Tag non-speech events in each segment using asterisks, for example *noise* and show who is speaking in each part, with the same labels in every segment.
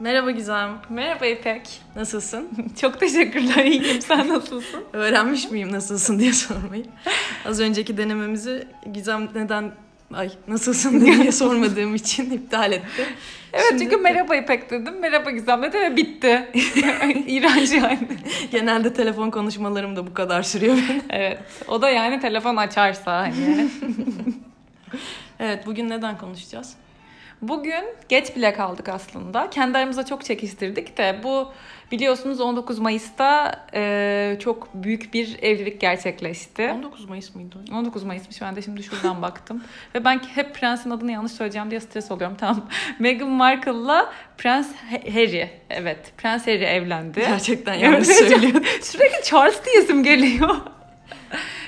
Speaker 1: Merhaba Gizem.
Speaker 2: Merhaba İpek. *laughs*
Speaker 1: Nasılsın?
Speaker 2: Çok teşekkürler. İyiyim. Sen nasılsın?
Speaker 1: Öğrenmiş miyim nasılsın diye sormayı. Az önceki denememizi Gizem neden ay nasılsın
Speaker 2: *laughs*
Speaker 1: diye sormadığım için iptal etti.
Speaker 2: Evet
Speaker 1: Şimdi-
Speaker 2: çünkü merhaba İpek dedim. Merhaba Gizem dedim ve bitti. İğrenç yani.
Speaker 1: Genelde telefon konuşmalarım da bu kadar sürüyor benim.
Speaker 2: Evet. O da yani telefon açarsa hani.
Speaker 1: Evet bugün neden konuşacağız?
Speaker 2: Bugün geç bile kaldık aslında. Kendi aramızda çok çekiştirdik de bu biliyorsunuz 19 Mayıs'ta e, çok büyük bir evlilik gerçekleşti.
Speaker 1: 19 Mayıs mıydı?
Speaker 2: 19 Mayıs'mış ben de şimdi şuradan baktım. Ve ben hep prensin adını yanlış söyleyeceğim diye stres oluyorum. Tamam. *laughs* Meghan Markle'la Prens Ha- Harry. Evet. Prens Harry evlendi.
Speaker 1: Gerçekten yanlış
Speaker 2: Evet,
Speaker 1: söylüyorum.
Speaker 2: Sürekli Charles diyesim geliyor. *laughs*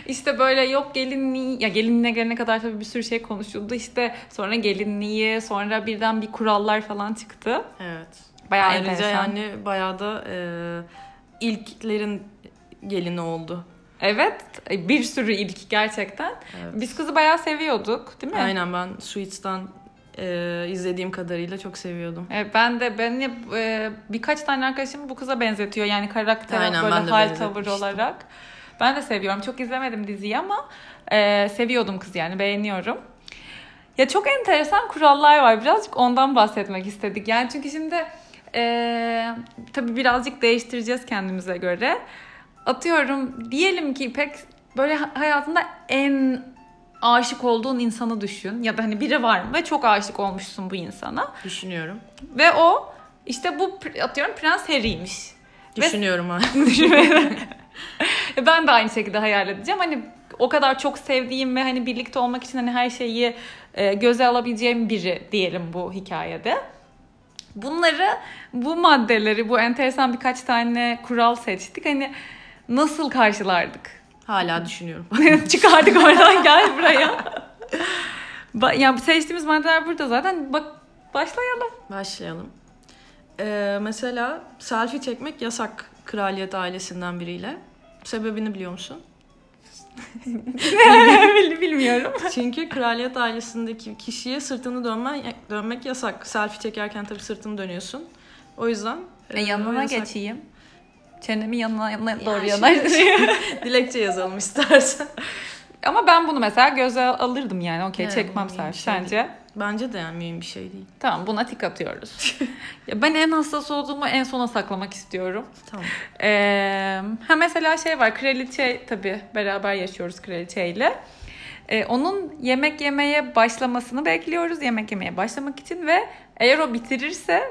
Speaker 2: İşte böyle yok gelinliği, ya gelinliğe gelene kadar tabii bir sürü şey konuşuldu. İşte sonra gelinliği, sonra birden bir kurallar falan çıktı.
Speaker 1: Evet.
Speaker 2: Bayağı
Speaker 1: Ayrıca
Speaker 2: enteresan.
Speaker 1: yani bayağı da e, ilklerin gelini oldu.
Speaker 2: Evet, bir sürü ilk gerçekten.
Speaker 1: Evet.
Speaker 2: Biz kızı bayağı seviyorduk, değil mi?
Speaker 1: Aynen ben Suits'ten e, izlediğim kadarıyla çok seviyordum.
Speaker 2: E, Ben de ben e, birkaç tane arkadaşım bu kıza benzetiyor yani karakter
Speaker 1: Aynen,
Speaker 2: böyle
Speaker 1: ben de
Speaker 2: hal
Speaker 1: benzetmiştim.
Speaker 2: tavır olarak. Ben de seviyorum. Çok izlemedim diziyi ama e, seviyordum kızı yani beğeniyorum. Ya çok enteresan kurallar var. Birazcık ondan bahsetmek istedik. Yani çünkü şimdi e, tabii birazcık değiştireceğiz kendimize göre. Atıyorum diyelim ki pek böyle ha- hayatında en aşık olduğun insanı düşün. Ya da hani biri var mı ve çok aşık olmuşsun bu insana.
Speaker 1: Düşünüyorum.
Speaker 2: Ve o işte bu pr- atıyorum Prens *laughs* Harry'miş. Ve-
Speaker 1: Düşünüyorum ha.
Speaker 2: E, ben de aynı şekilde hayal edeceğim. Hani o kadar çok sevdiğim ve hani birlikte olmak için hani her şeyi e, göze alabileceğim biri diyelim bu hikayede. Bunları, bu maddeleri, bu enteresan birkaç tane kural seçtik. Hani nasıl karşılardık? *laughs*
Speaker 1: Hala düşünüyorum. *laughs*
Speaker 2: Çıkardık oradan gel buraya. Ba- yani seçtiğimiz maddeler burada zaten. Bak başlayalım. *laughs*
Speaker 1: Başlayalım. Ee, mesela selfie çekmek yasak kraliyet ailesinden biriyle. Sebebini biliyor
Speaker 2: *laughs*
Speaker 1: musun?
Speaker 2: Bilmiyorum.
Speaker 1: Çünkü kraliyet ailesindeki kişiye sırtını dönmen, dönmek yasak. Selfie çekerken tabii sırtını dönüyorsun. O yüzden
Speaker 2: E,
Speaker 1: e, o
Speaker 2: yanına
Speaker 1: yasak.
Speaker 2: geçeyim. Çenemi yanına, yanına doğru
Speaker 1: şimdi-
Speaker 2: yanar. *laughs*
Speaker 1: *laughs* Dilekçe yazalım istersen.
Speaker 2: Ama ben bunu mesela göze alırdım yani. Okey
Speaker 1: Evet,
Speaker 2: çekmem
Speaker 1: bu iyi bir
Speaker 2: selfie.
Speaker 1: şey değil.
Speaker 2: Sence?
Speaker 1: Bence de yani mühim bir şey değil.
Speaker 2: Tamam buna
Speaker 1: *laughs*
Speaker 2: tik atıyoruz. ya ben en hassas olduğumu en sona saklamak istiyorum.
Speaker 1: Tamam.
Speaker 2: Ee, ha mesela şey var kraliçe tabii beraber yaşıyoruz kraliçeyle. Ee, onun yemek yemeye başlamasını bekliyoruz yemek yemeye başlamak için ve eğer o bitirirse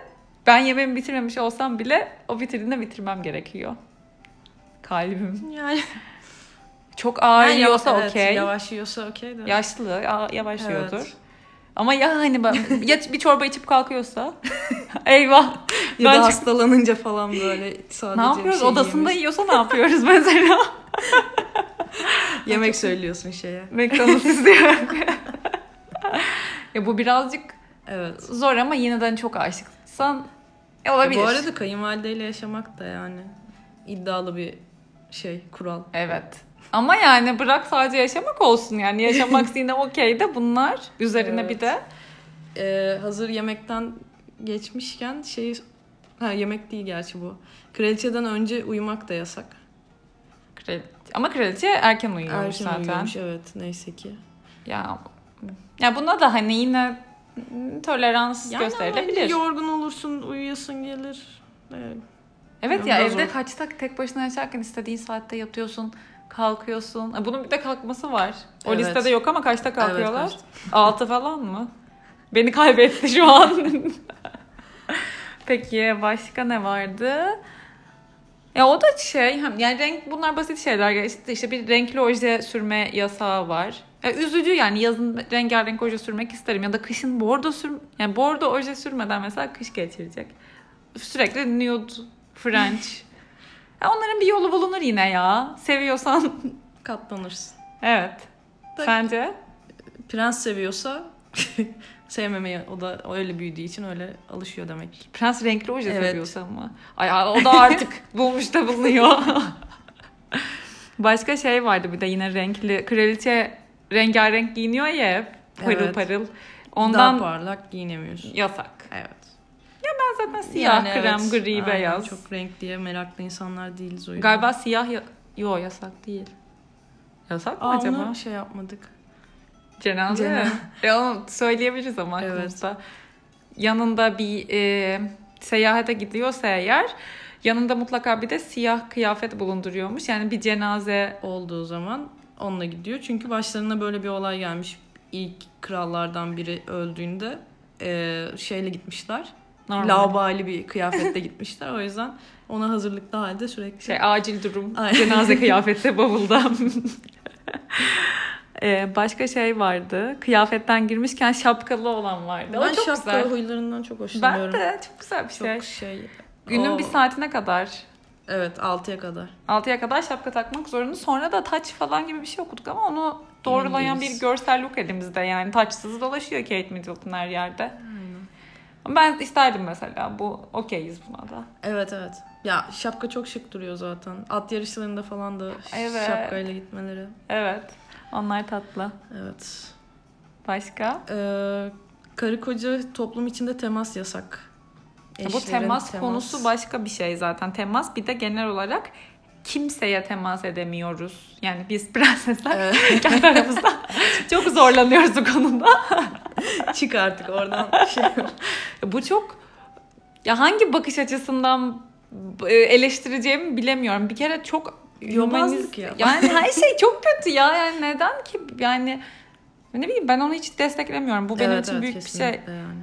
Speaker 2: ben yemeğimi bitirmemiş olsam bile o bitirdiğinde bitirmem gerekiyor. Kalbim. *laughs*
Speaker 1: Yani,
Speaker 2: Çok ağır
Speaker 1: Yani
Speaker 2: yiyorsa
Speaker 1: evet,
Speaker 2: okey.
Speaker 1: Yavaş yiyorsa okey de.
Speaker 2: Yaşlı ya- yavaş
Speaker 1: Evet.
Speaker 2: yiyordur. Ama ya hani ben, ya bir çorba içip kalkıyorsa *laughs* eyvah.
Speaker 1: Ya
Speaker 2: Ben
Speaker 1: da
Speaker 2: çok-
Speaker 1: hastalanınca falan böyle sadece
Speaker 2: ne
Speaker 1: bir
Speaker 2: yapıyoruz?
Speaker 1: şey
Speaker 2: Odasında
Speaker 1: yiyemiyorsun.
Speaker 2: yiyorsa ne
Speaker 1: *laughs*
Speaker 2: yapıyoruz mesela?
Speaker 1: Yemek söylüyorsun şeye.
Speaker 2: McDonald's izliyor. *laughs* ya bu birazcık
Speaker 1: Evet.
Speaker 2: zor ama yine de çok aşıksan e,
Speaker 1: Ya
Speaker 2: olabilir.
Speaker 1: Bu arada kayınvalideyle yaşamak da yani iddialı bir şey, kural.
Speaker 2: Evet. Ama yani bırak sadece yaşamak olsun yani. Yaşamak *laughs* yine okey de bunlar üzerine
Speaker 1: Evet.
Speaker 2: bir de
Speaker 1: Ee, hazır yemekten geçmişken şey... Ha yemek değil gerçi bu. Kraliçeden önce uyumak da yasak.
Speaker 2: kraliçe. Ama kraliçe erken uyuyormuş
Speaker 1: Erken
Speaker 2: zaten.
Speaker 1: uyuyormuş evet neyse ki.
Speaker 2: Ya ya buna da hani yine tolerans
Speaker 1: Yani
Speaker 2: gösterilebilir.
Speaker 1: ama Yorgun olursun, uyuyasın gelir. Ee,
Speaker 2: evet ya
Speaker 1: Biraz
Speaker 2: evde
Speaker 1: zor.
Speaker 2: kaçta tek başına yaşarken istediğin saatte yatıyorsun, kalkıyorsun. E, Bunun bir de kalkması var. O
Speaker 1: Evet.
Speaker 2: listede yok ama kaçta kalkıyorlar?
Speaker 1: kaçta.
Speaker 2: 6 falan mı? Beni kaybetti şu an. Peki başka ne vardı? Ya o da şey hem- yani renk bunlar basit şeyler geçti. İşte bir renkli oje sürme yasağı var. Ya üzücü yani yazın rengarenk oje sürmek isterim ya da kışın bordo sür yani bordo oje sürmeden mesela kış geçirecek. Sürekli nude, French. Ya onların bir yolu bulunur yine ya. Seviyorsan. *laughs*
Speaker 1: katlanırsın.
Speaker 2: evet.
Speaker 1: Tabii.
Speaker 2: Sence?
Speaker 1: Prens seviyorsa *laughs* sevmemeyi o da öyle büyüdüğü için öyle alışıyor demek ki.
Speaker 2: Prens renkli oje
Speaker 1: Evet.
Speaker 2: seviyorsa ama. Ay, ay, o da artık
Speaker 1: *laughs*
Speaker 2: bulmuş da bulunuyor. Başka şey vardı bir de yine renkli. Kraliçe rengarenk giyiniyor ya hep. Parıl
Speaker 1: Evet.
Speaker 2: parıl.
Speaker 1: Ondan
Speaker 2: Ondan
Speaker 1: parlak giyinemiyorsun.
Speaker 2: yasak.
Speaker 1: Evet.
Speaker 2: Ben ben zaten siyah,
Speaker 1: Yani
Speaker 2: krem,
Speaker 1: evet,
Speaker 2: gri,
Speaker 1: aynen,
Speaker 2: beyaz.
Speaker 1: Çok renk diye meraklı insanlar değiliz o yüzden.
Speaker 2: Galiba siyah ya- yo yasak değil. Yasak mı
Speaker 1: Aa,
Speaker 2: acaba?
Speaker 1: onu şey yapmadık.
Speaker 2: Cenaze.
Speaker 1: Cenaze.
Speaker 2: E onu söyleyebiliriz ama
Speaker 1: Evet.
Speaker 2: aklımızda. Yanında bir e, seyahate gidiyorsa eğer yanında mutlaka bir de siyah kıyafet bulunduruyormuş. Yani bir cenaze
Speaker 1: olduğu zaman onunla gidiyor. Çünkü başlarına böyle bir olay gelmiş. İlk krallardan biri öldüğünde eee, şeyle gitmişler.
Speaker 2: normal
Speaker 1: Laubali bir
Speaker 2: *laughs*
Speaker 1: kıyafetle gitmişler. O yüzden ona hazırlıklı halde sürekli
Speaker 2: şey acil durum
Speaker 1: Ay.
Speaker 2: *laughs* cenaze
Speaker 1: *laughs*
Speaker 2: kıyafeti bavulda. *laughs* E, başka şey vardı. Kıyafetten girmişken şapkalı olan vardı.
Speaker 1: Ben
Speaker 2: o çok
Speaker 1: şapka
Speaker 2: güzel.
Speaker 1: huylarından çok hoşlanıyorum.
Speaker 2: Ben de çok güzel bir şey.
Speaker 1: Çok şey.
Speaker 2: Günün
Speaker 1: O-
Speaker 2: bir saatine kadar
Speaker 1: Evet 6'ya kadar.
Speaker 2: 6'ya kadar şapka takmak zorunda. Sonra da taç falan gibi bir şey okuduk ama onu doğrulayan
Speaker 1: Emin
Speaker 2: bir
Speaker 1: değiliz.
Speaker 2: görsel yok elimizde. Yani taçsız dolaşıyor Kate Middleton her yerde. Ama Ben isterdim mesela. Bu okeyiz buna da.
Speaker 1: Evet evet. Ya şapka çok şık duruyor zaten. At yarışlarında falan da ş-
Speaker 2: Evet.
Speaker 1: şapkayla gitmeleri.
Speaker 2: Evet. Onlar tatlı.
Speaker 1: Evet.
Speaker 2: Başka?
Speaker 1: Ee, karı koca toplum içinde temas yasak.
Speaker 2: Ya bu
Speaker 1: Eşlerin
Speaker 2: temas, konusu başka bir şey zaten. Temas bir de genel olarak kimseye temas edemiyoruz. Yani biz
Speaker 1: *laughs*
Speaker 2: prensesler
Speaker 1: Evet.
Speaker 2: kendi aramızda
Speaker 1: *laughs*
Speaker 2: çok zorlanıyoruz bu konuda.
Speaker 1: Çık artık oradan. Şey.
Speaker 2: E, Bu çok ya hangi bakış açısından e, eleştireceğimi bilemiyorum. Bir kere çok
Speaker 1: Yobazlık
Speaker 2: hümanist-
Speaker 1: ya. *laughs*
Speaker 2: Yani her şey çok kötü ya. Yani neden ki yani ne bileyim ben onu hiç desteklemiyorum. Bu benim
Speaker 1: Evet,
Speaker 2: için
Speaker 1: evet,
Speaker 2: büyük bir şey.
Speaker 1: kesinlikle Yani.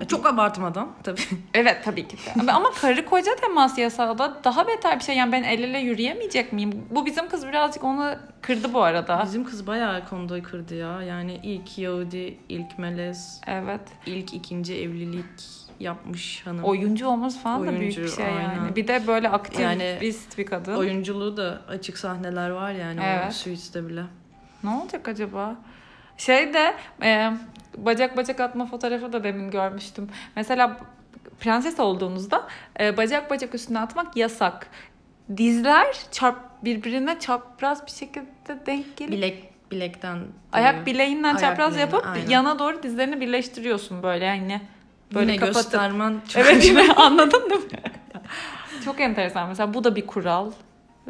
Speaker 1: E, Çok abartmadan tabii.
Speaker 2: Evet tabii ki de. Ama- Ama karı koca temas yasağı da daha beter bir şey. Yani ben el ele yürüyemeyecek miyim? Bu bizim kız birazcık onu kırdı bu arada.
Speaker 1: *laughs* Bizim kız bayağı konuda kırdı ya. Yani ilk Yahudi, ilk Melez,
Speaker 2: Evet.
Speaker 1: ilk ikinci evlilik yapmış hanım.
Speaker 2: Oyuncu olması falan da büyük bir
Speaker 1: Oyuncu,
Speaker 2: şey yani.
Speaker 1: aynen.
Speaker 2: Bir de böyle aktivist
Speaker 1: Yani
Speaker 2: bir kadın.
Speaker 1: Oyunculuğu da açık sahneler var yani
Speaker 2: Evet.
Speaker 1: o suite'de bile.
Speaker 2: Ne olacak acaba? Şey de e, bacak bacak atma fotoğrafı da demin görmüştüm. Mesela prenses olduğunuzda e, bacak bacak üstüne atmak yasak. Dizler çarp birbirine çapraz bir şekilde denk gelip
Speaker 1: Bilek bilekten
Speaker 2: ayak
Speaker 1: duruyor.
Speaker 2: bileğinden
Speaker 1: Ayak
Speaker 2: çapraz
Speaker 1: bileğinden,
Speaker 2: yapıp
Speaker 1: aynen.
Speaker 2: yana doğru dizlerini birleştiriyorsun böyle yani. Böyle
Speaker 1: Yine
Speaker 2: kapatıp-
Speaker 1: göstermen çok
Speaker 2: Evet yine *laughs* anladın değil mi? Çok enteresan. Mesela bu da bir kural.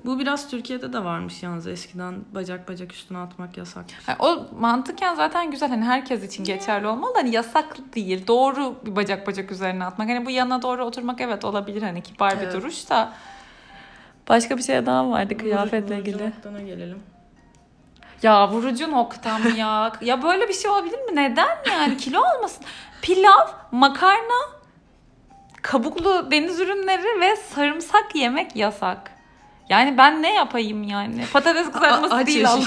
Speaker 1: Bu biraz Türkiye'de de varmış yalnız eskiden bacak bacak üstüne atmak yasak.
Speaker 2: Ha, o mantıken zaten güzel hani herkes için geçerli olmalı hani yasak değil doğru bir bacak bacak üzerine atmak hani bu yana doğru oturmak evet olabilir hani kibar
Speaker 1: Evet.
Speaker 2: bir duruş da başka bir şey daha mı vardı *laughs* kıyafetle
Speaker 1: Vurucu
Speaker 2: ilgili
Speaker 1: noktana
Speaker 2: *laughs*
Speaker 1: gelelim.
Speaker 2: ya vurucu noktam ya ya böyle bir şey olabilir mi neden yani kilo olmasın pilav makarna kabuklu deniz ürünleri ve sarımsak yemek yasak yani ben ne yapayım yani patates kızartması
Speaker 1: A- aç
Speaker 2: değil
Speaker 1: yaşa.
Speaker 2: Allah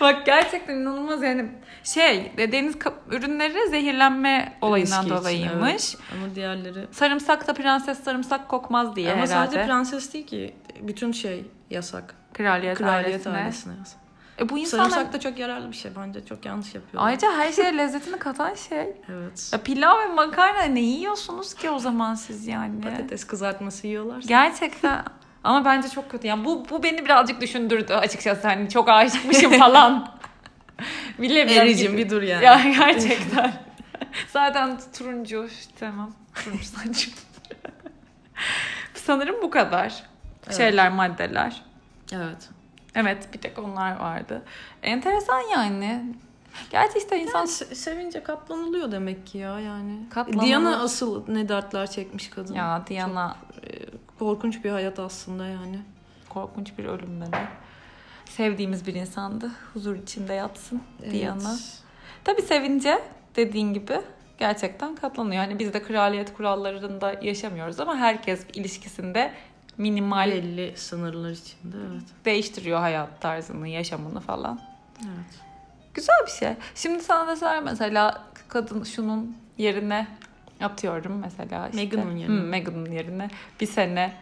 Speaker 2: Bak gerçekten inanılmaz yani şey deniz kap- ürünleri zehirlenme olayından
Speaker 1: Riski için,
Speaker 2: dolayıymış.
Speaker 1: evet. *laughs* Ama diğerleri
Speaker 2: Sarımsak da prenses sarımsak kokmaz diye
Speaker 1: Ama
Speaker 2: herhalde.
Speaker 1: sadece prenses değil ki. Bütün şey yasak.
Speaker 2: kraliyet,
Speaker 1: Kraliyet
Speaker 2: ailesine.
Speaker 1: ailesine yasak.
Speaker 2: E, bu insanlar
Speaker 1: Sarımsak da çok yararlı bir şey bence. Çok yanlış yapıyorlar.
Speaker 2: ayrıca
Speaker 1: *laughs*
Speaker 2: her şeye lezzetini katan şey.
Speaker 1: Evet.
Speaker 2: Ya pilav ve makarna ne yiyorsunuz ki o zaman siz yani?
Speaker 1: Patates kızartması yiyorlar. *laughs*
Speaker 2: Gerçekten ama bence çok kötü. Yani bu bu beni birazcık düşündürdü açıkçası. Hani çok aşıkmışım
Speaker 1: *laughs*
Speaker 2: falan. Bilemiyorum.
Speaker 1: Ericim bir dur yani.
Speaker 2: Ya gerçekten. *laughs* Zaten turuncu tamam. Turuncu saçım. *laughs* Sanırım bu kadar.
Speaker 1: Evet.
Speaker 2: Şeyler, maddeler.
Speaker 1: Evet.
Speaker 2: Evet bir tek onlar vardı. Enteresan yani. Gerçi işte insan...
Speaker 1: Yani se- sevince katlanılıyor demek ki ya yani.
Speaker 2: Katlanılır.
Speaker 1: Diana asıl ne dertler çekmiş kadın.
Speaker 2: ya Diana
Speaker 1: Korkunç bir hayat aslında yani.
Speaker 2: korkunç bir ölümle de. Sevdiğimiz bir insandı. Huzur içinde yatsın Diana. Tabii sevince dediğin gibi gerçekten katlanıyor. Yani biz de kraliyet kurallarında yaşamıyoruz ama herkes ilişkisinde minimal
Speaker 1: Belli sınırlar içinde evet.
Speaker 2: değiştiriyor hayat tarzını, yaşamını falan.
Speaker 1: Evet.
Speaker 2: Güzel bir şey. Şimdi sana deseler mesela kadın şunun yerine atıyorum mesela işte.
Speaker 1: Meghan'ın yerine.
Speaker 2: Hı, Meghan'ın yerine bir sene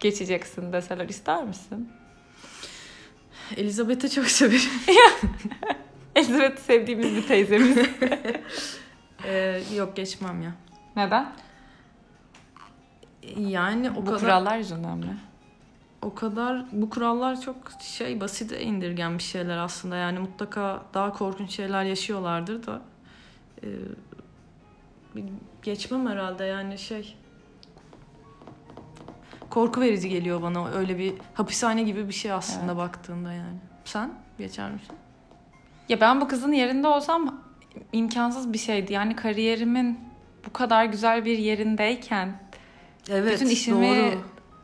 Speaker 2: geçeceksin deseler ister misin? *laughs*
Speaker 1: Elizabeth'i çok *laughs* severim.
Speaker 2: Elizabeth'i sevdiğimiz bir *laughs* teyzemiz.
Speaker 1: Ee, yok geçmem ya.
Speaker 2: Neden?
Speaker 1: Yani o
Speaker 2: Bu
Speaker 1: kadar
Speaker 2: kurallar yüzünden mi?
Speaker 1: o kadar bu kurallar çok şey basite indirgen bir şeyler aslında. Yani mutlaka daha korkunç şeyler yaşıyorlardır da e, geçmem herhalde yani şey. Korku verici geliyor bana öyle bir hapishane gibi bir şey aslında baktığında yani. Sen geçer misin?
Speaker 2: Ya ben bu kızın yerinde olsam imkansız bir şeydi. Yani kariyerimin bu kadar güzel bir yerindeyken
Speaker 1: Evet
Speaker 2: Bütün işimi-
Speaker 1: doğru.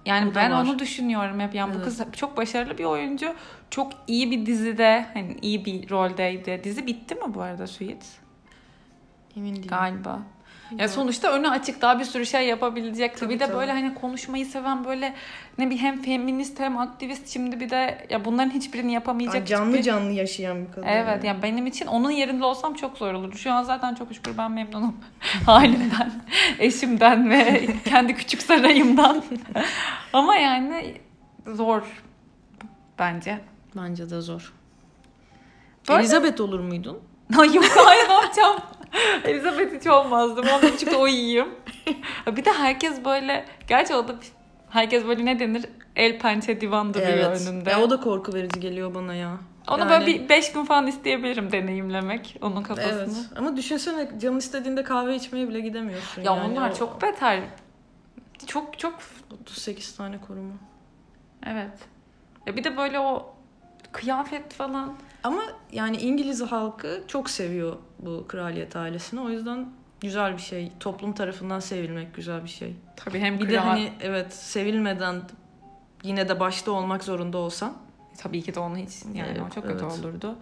Speaker 2: yani
Speaker 1: O da
Speaker 2: ben
Speaker 1: var.
Speaker 2: onu düşünüyorum hep. Yani
Speaker 1: Evet.
Speaker 2: bu kız çok başarılı bir oyuncu. Çok iyi bir dizide, hani iyi bir roldeydi. Dizi bitti mi bu arada Suits?
Speaker 1: Emin değilim.
Speaker 2: Galiba. Ya
Speaker 1: Doğru.
Speaker 2: sonuçta önü açık daha bir sürü şey yapabilecekti.
Speaker 1: Tabii,
Speaker 2: bir de
Speaker 1: tabii.
Speaker 2: böyle hani konuşmayı seven böyle ne bir hem feminist hem aktivist şimdi bir de ya bunların hiçbirini yapamayacak.
Speaker 1: Ay, canlı
Speaker 2: hiçbir-
Speaker 1: canlı yaşayan bir kadın.
Speaker 2: Evet yani benim için onun yerinde olsam çok zor olurdu. Şu an zaten çok şükür ben memnunum *laughs* halimden, eşimden ve *laughs* kendi küçük sarayımdan. *laughs* Ama yani zor bence. *laughs*
Speaker 1: Bence de zor.
Speaker 2: Böyle-
Speaker 1: Elizabeth olur muydun?
Speaker 2: Ay yok hayır ne yapacağım? *laughs* Elizabeth hiç olmazdım. Ben buçukta o iyiyim. *laughs* Bir de herkes böyle, gerçi o da herkes böyle ne denir? El pençe divan duruyor önünde.
Speaker 1: Ya o da korku verici geliyor bana ya.
Speaker 2: Onu
Speaker 1: Yani-
Speaker 2: böyle bir beş gün falan isteyebilirim deneyimlemek onun kafasını.
Speaker 1: Evet. Ama düşünsene canın istediğinde kahve içmeye bile gidemiyorsun.
Speaker 2: Ya
Speaker 1: Ee, yani.
Speaker 2: onlar
Speaker 1: O
Speaker 2: çok beter. Çok çok
Speaker 1: 38 tane koruma.
Speaker 2: evet. Ya bir de böyle o kıyafet falan.
Speaker 1: Ama yani İngiliz halkı çok seviyor bu kraliyet ailesini. O yüzden güzel bir şey. Toplum tarafından sevilmek güzel bir şey.
Speaker 2: Tabii hem
Speaker 1: Bir de hani evet sevilmeden yine de başta olmak zorunda olsan.
Speaker 2: tabii ki de onu hiç yani
Speaker 1: Evet,
Speaker 2: o çok kötü
Speaker 1: evet.
Speaker 2: olurdu.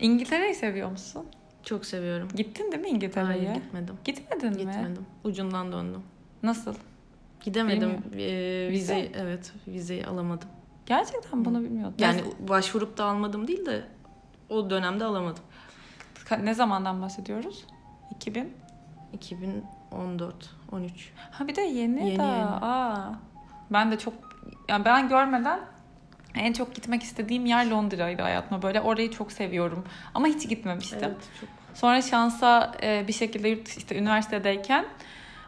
Speaker 2: İngiltere'yi seviyor musun?
Speaker 1: Çok seviyorum.
Speaker 2: Gittin değil mi
Speaker 1: Hayır
Speaker 2: İngiltere'ye?
Speaker 1: gitmedim.
Speaker 2: Gitmedin mi?
Speaker 1: Gitmedim. Ucundan döndüm.
Speaker 2: Nasıl?
Speaker 1: Gidemedim.
Speaker 2: Bilmiyorum.
Speaker 1: Ee,
Speaker 2: Vize?
Speaker 1: vize evet vizeyi alamadım.
Speaker 2: Gerçekten bunu bilmiyordum.
Speaker 1: Yani başvurup da almadım değil de o dönemde alamadım.
Speaker 2: Ka- ne zamandan bahsediyoruz? 2000.
Speaker 1: 2014 13.
Speaker 2: Ha bir de yeni,
Speaker 1: Yeni,
Speaker 2: daha.
Speaker 1: yeni.
Speaker 2: Aa. Ben de çok yani ben görmeden en çok gitmek istediğim yer Londra'ydı hayatıma. Böyle orayı çok seviyorum. Ama hiç gitmemiştim.
Speaker 1: çok
Speaker 2: Sonra şansa e, bir şekilde yurt işte üniversitedeyken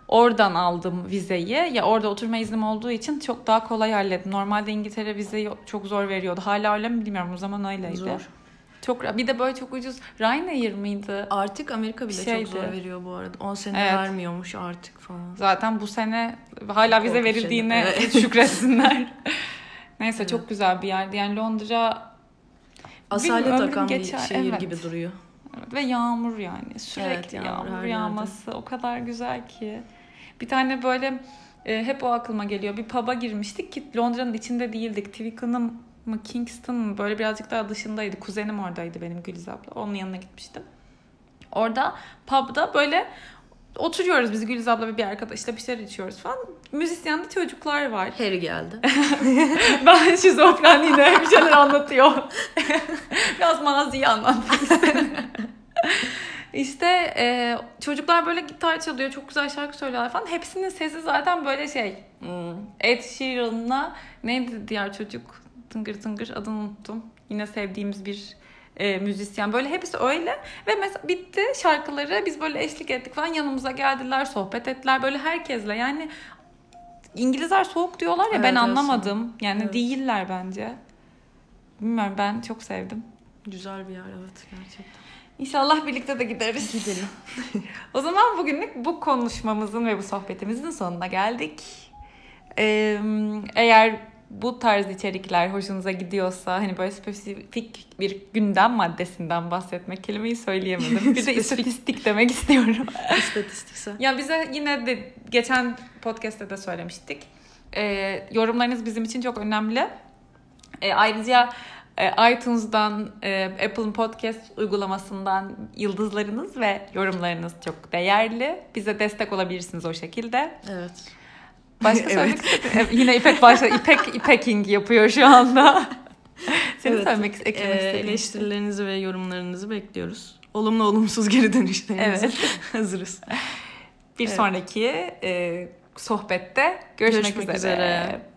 Speaker 2: oradan aldım vizeyi. Ya orada oturma iznim olduğu için çok daha kolay hallettim. Normalde İngiltere vizeyi çok zor veriyordu. Hala öyle mi bilmiyorum. O zaman öyleydi.
Speaker 1: zor.
Speaker 2: Çok bir de böyle çok ucuz. Ryanair mıydı?
Speaker 1: Artık Amerika bile
Speaker 2: Şeydi.
Speaker 1: çok zor veriyor bu arada. 10 sene
Speaker 2: Evet.
Speaker 1: vermiyormuş artık falan.
Speaker 2: Zaten bu sene hala vize
Speaker 1: Korkunç
Speaker 2: verildiğine
Speaker 1: şeyler. Evet.
Speaker 2: şükretsinler. *laughs* Neyse çok güzel bir yerdi. Yani Londra
Speaker 1: Asalet
Speaker 2: ömrüm
Speaker 1: akan bir
Speaker 2: geçer,
Speaker 1: şehir
Speaker 2: evet.
Speaker 1: gibi duruyor.
Speaker 2: Evet, ve yağmur yani sürekli
Speaker 1: Evet, yağmur
Speaker 2: yağmur,
Speaker 1: her yerde.
Speaker 2: yağması o kadar güzel ki. Bir tane böyle e, hep o aklıma geliyor. Bir pub'a girmiştik ki Londra'nın içinde değildik. Twickenham mı Kingston mı böyle birazcık daha dışındaydı. Kuzenim oradaydı benim Güliz abla. Onun yanına gitmiştim. Orada pub'da böyle oturuyoruz biz Güliz abla ve bir arkadaşla bir şeyler içiyoruz falan. Müzisyen de çocuklar var.
Speaker 1: Harry
Speaker 2: *laughs*
Speaker 1: geldi.
Speaker 2: Ben *laughs* şizofren yine bir şeyler anlatıyor. *laughs* Biraz maziyi anlatmak istedim. İşte e, çocuklar böyle gitar çalıyor, çok güzel şarkı söylüyorlar falan. Hepsinin sesi zaten böyle şey. hmm, Ed Sheeran'la neydi diğer çocuk? Tıngır tıngır adını unuttum. Yine sevdiğimiz bir e, müzisyen. Böyle hepsi öyle. Ve mesela bitti şarkıları. Biz böyle eşlik ettik falan. Yanımıza geldiler, sohbet ettiler. Böyle herkesle. Yani İngilizler soğuk diyorlar ya
Speaker 1: Evet,
Speaker 2: ben
Speaker 1: evet.
Speaker 2: anlamadım. Yani
Speaker 1: Evet.
Speaker 2: değiller bence. Bilmiyorum ben çok sevdim.
Speaker 1: Güzel bir yer evet gerçekten.
Speaker 2: İnşallah birlikte de gideriz.
Speaker 1: Gidelim.
Speaker 2: *laughs* O zaman bugünlük bu konuşmamızın ve bu sohbetimizin sonuna geldik. Ee, eğer bu tarz içerikler hoşunuza gidiyorsa hani böyle spesifik bir gündem maddesinden bahsetmek kelimeyi söyleyemedim. Bir de istatistik demek istiyorum. *laughs*
Speaker 1: İstatistiksel.
Speaker 2: Ya bize yine de geçen podcast'te de söylemiştik. Ee, yorumlarınız bizim için çok önemli. Ee, ayrıca e, iTunes'dan, e, Apple'ın podcast uygulamasından yıldızlarınız ve yorumlarınız çok değerli. Bize destek olabilirsiniz o şekilde.
Speaker 1: Evet. *laughs*
Speaker 2: Başka söylemek istediğin- Yine İpek başla İpek İpeking yapıyor şu anda.
Speaker 1: *laughs*
Speaker 2: Seni
Speaker 1: Evet.
Speaker 2: söylemek eklemek şey.
Speaker 1: Ee,
Speaker 2: istediğin-
Speaker 1: eleştirilerinizi ve yorumlarınızı bekliyoruz. Olumlu olumsuz geri dönüşlerinizi
Speaker 2: Evet.
Speaker 1: *laughs* hazırız.
Speaker 2: Bir
Speaker 1: Evet.
Speaker 2: sonraki e, sohbette görüşmek,
Speaker 1: Görüşmek
Speaker 2: üzere.
Speaker 1: üzere.